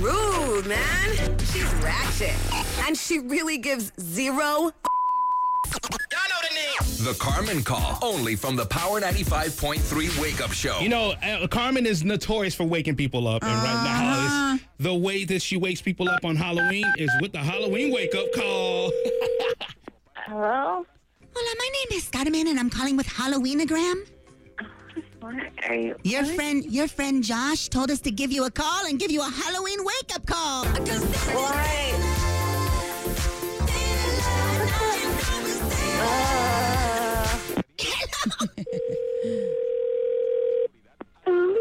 move, man. She's ratchet. And she really gives zero The Carmen Call, only from the Power 95.3 Wake Up Show. You know, uh, Carmen is notorious for waking people up, and right now, it's, the way that she wakes people up on Halloween is with the Halloween wake up call. Hello? Hola, uh, my name is Carmen, and I'm calling with Halloweenogram. What are you? Your friend, your friend Josh, told us to give you a call and give you a Halloween wake-up call. Right. Uh, who?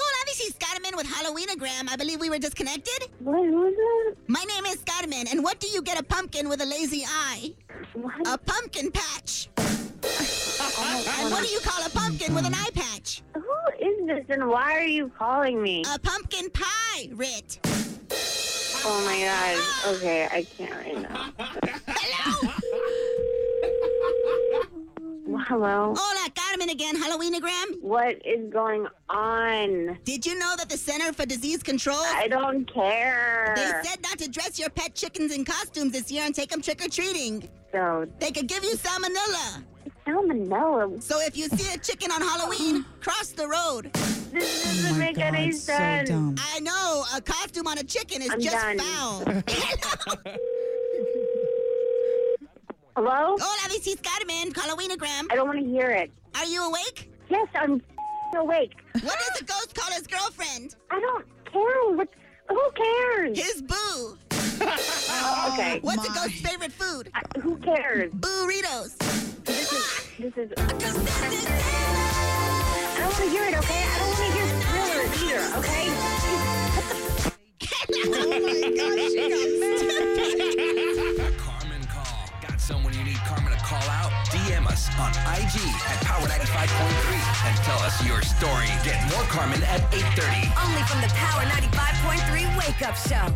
Hola, this is Carmen with Halloweenogram. I believe we were disconnected. what was that? My name is Carmen, and what do you get a pumpkin with a lazy eye? What? A pumpkin patch. and what do you call a pumpkin with an eye patch? Who is this and why are you calling me? A pumpkin pirate. oh my god. Okay, I can't right now. Hello. Hello? Hola, Carmen again. Halloweenogram. What is going on? Did you know that the Center for Disease Control I don't care. They said not to dress your pet chickens in costumes this year and take them trick or treating. so, They could give you salmonella. salmonella. So if you see a chicken on Halloween, cross the road. This Oh doesn't make any sense. I know a costume on a chicken is I'm just done. foul. Hello? Hola, this is Carmen, Halloweenagram. I don't want to hear it. Are you awake? Yes, I'm awake. What does a ghost call his girlfriend? I don't care. What? Who cares? His boo. okay. What's a ghost's favorite food? I- who cares? Burritos. This is. This is. I don't want to hear it. Okay. I don't want to hear thriller either. Okay. oh my gosh, she got stupid. The Carmen Call. Got someone you need Carmen to call out? DM us on IG at Power 95.3 and tell us your story. Get more Carmen at 8.30. Only from the Power 95.3 Wake Up Show.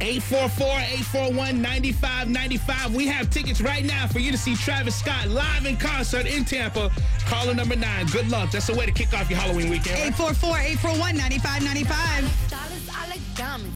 844-841-9595. We have tickets right now for you to see Travis Scott live in concert in Tampa. Caller number nine. Good luck. That's the way to kick off your Halloween weekend. right? 844 841 9595.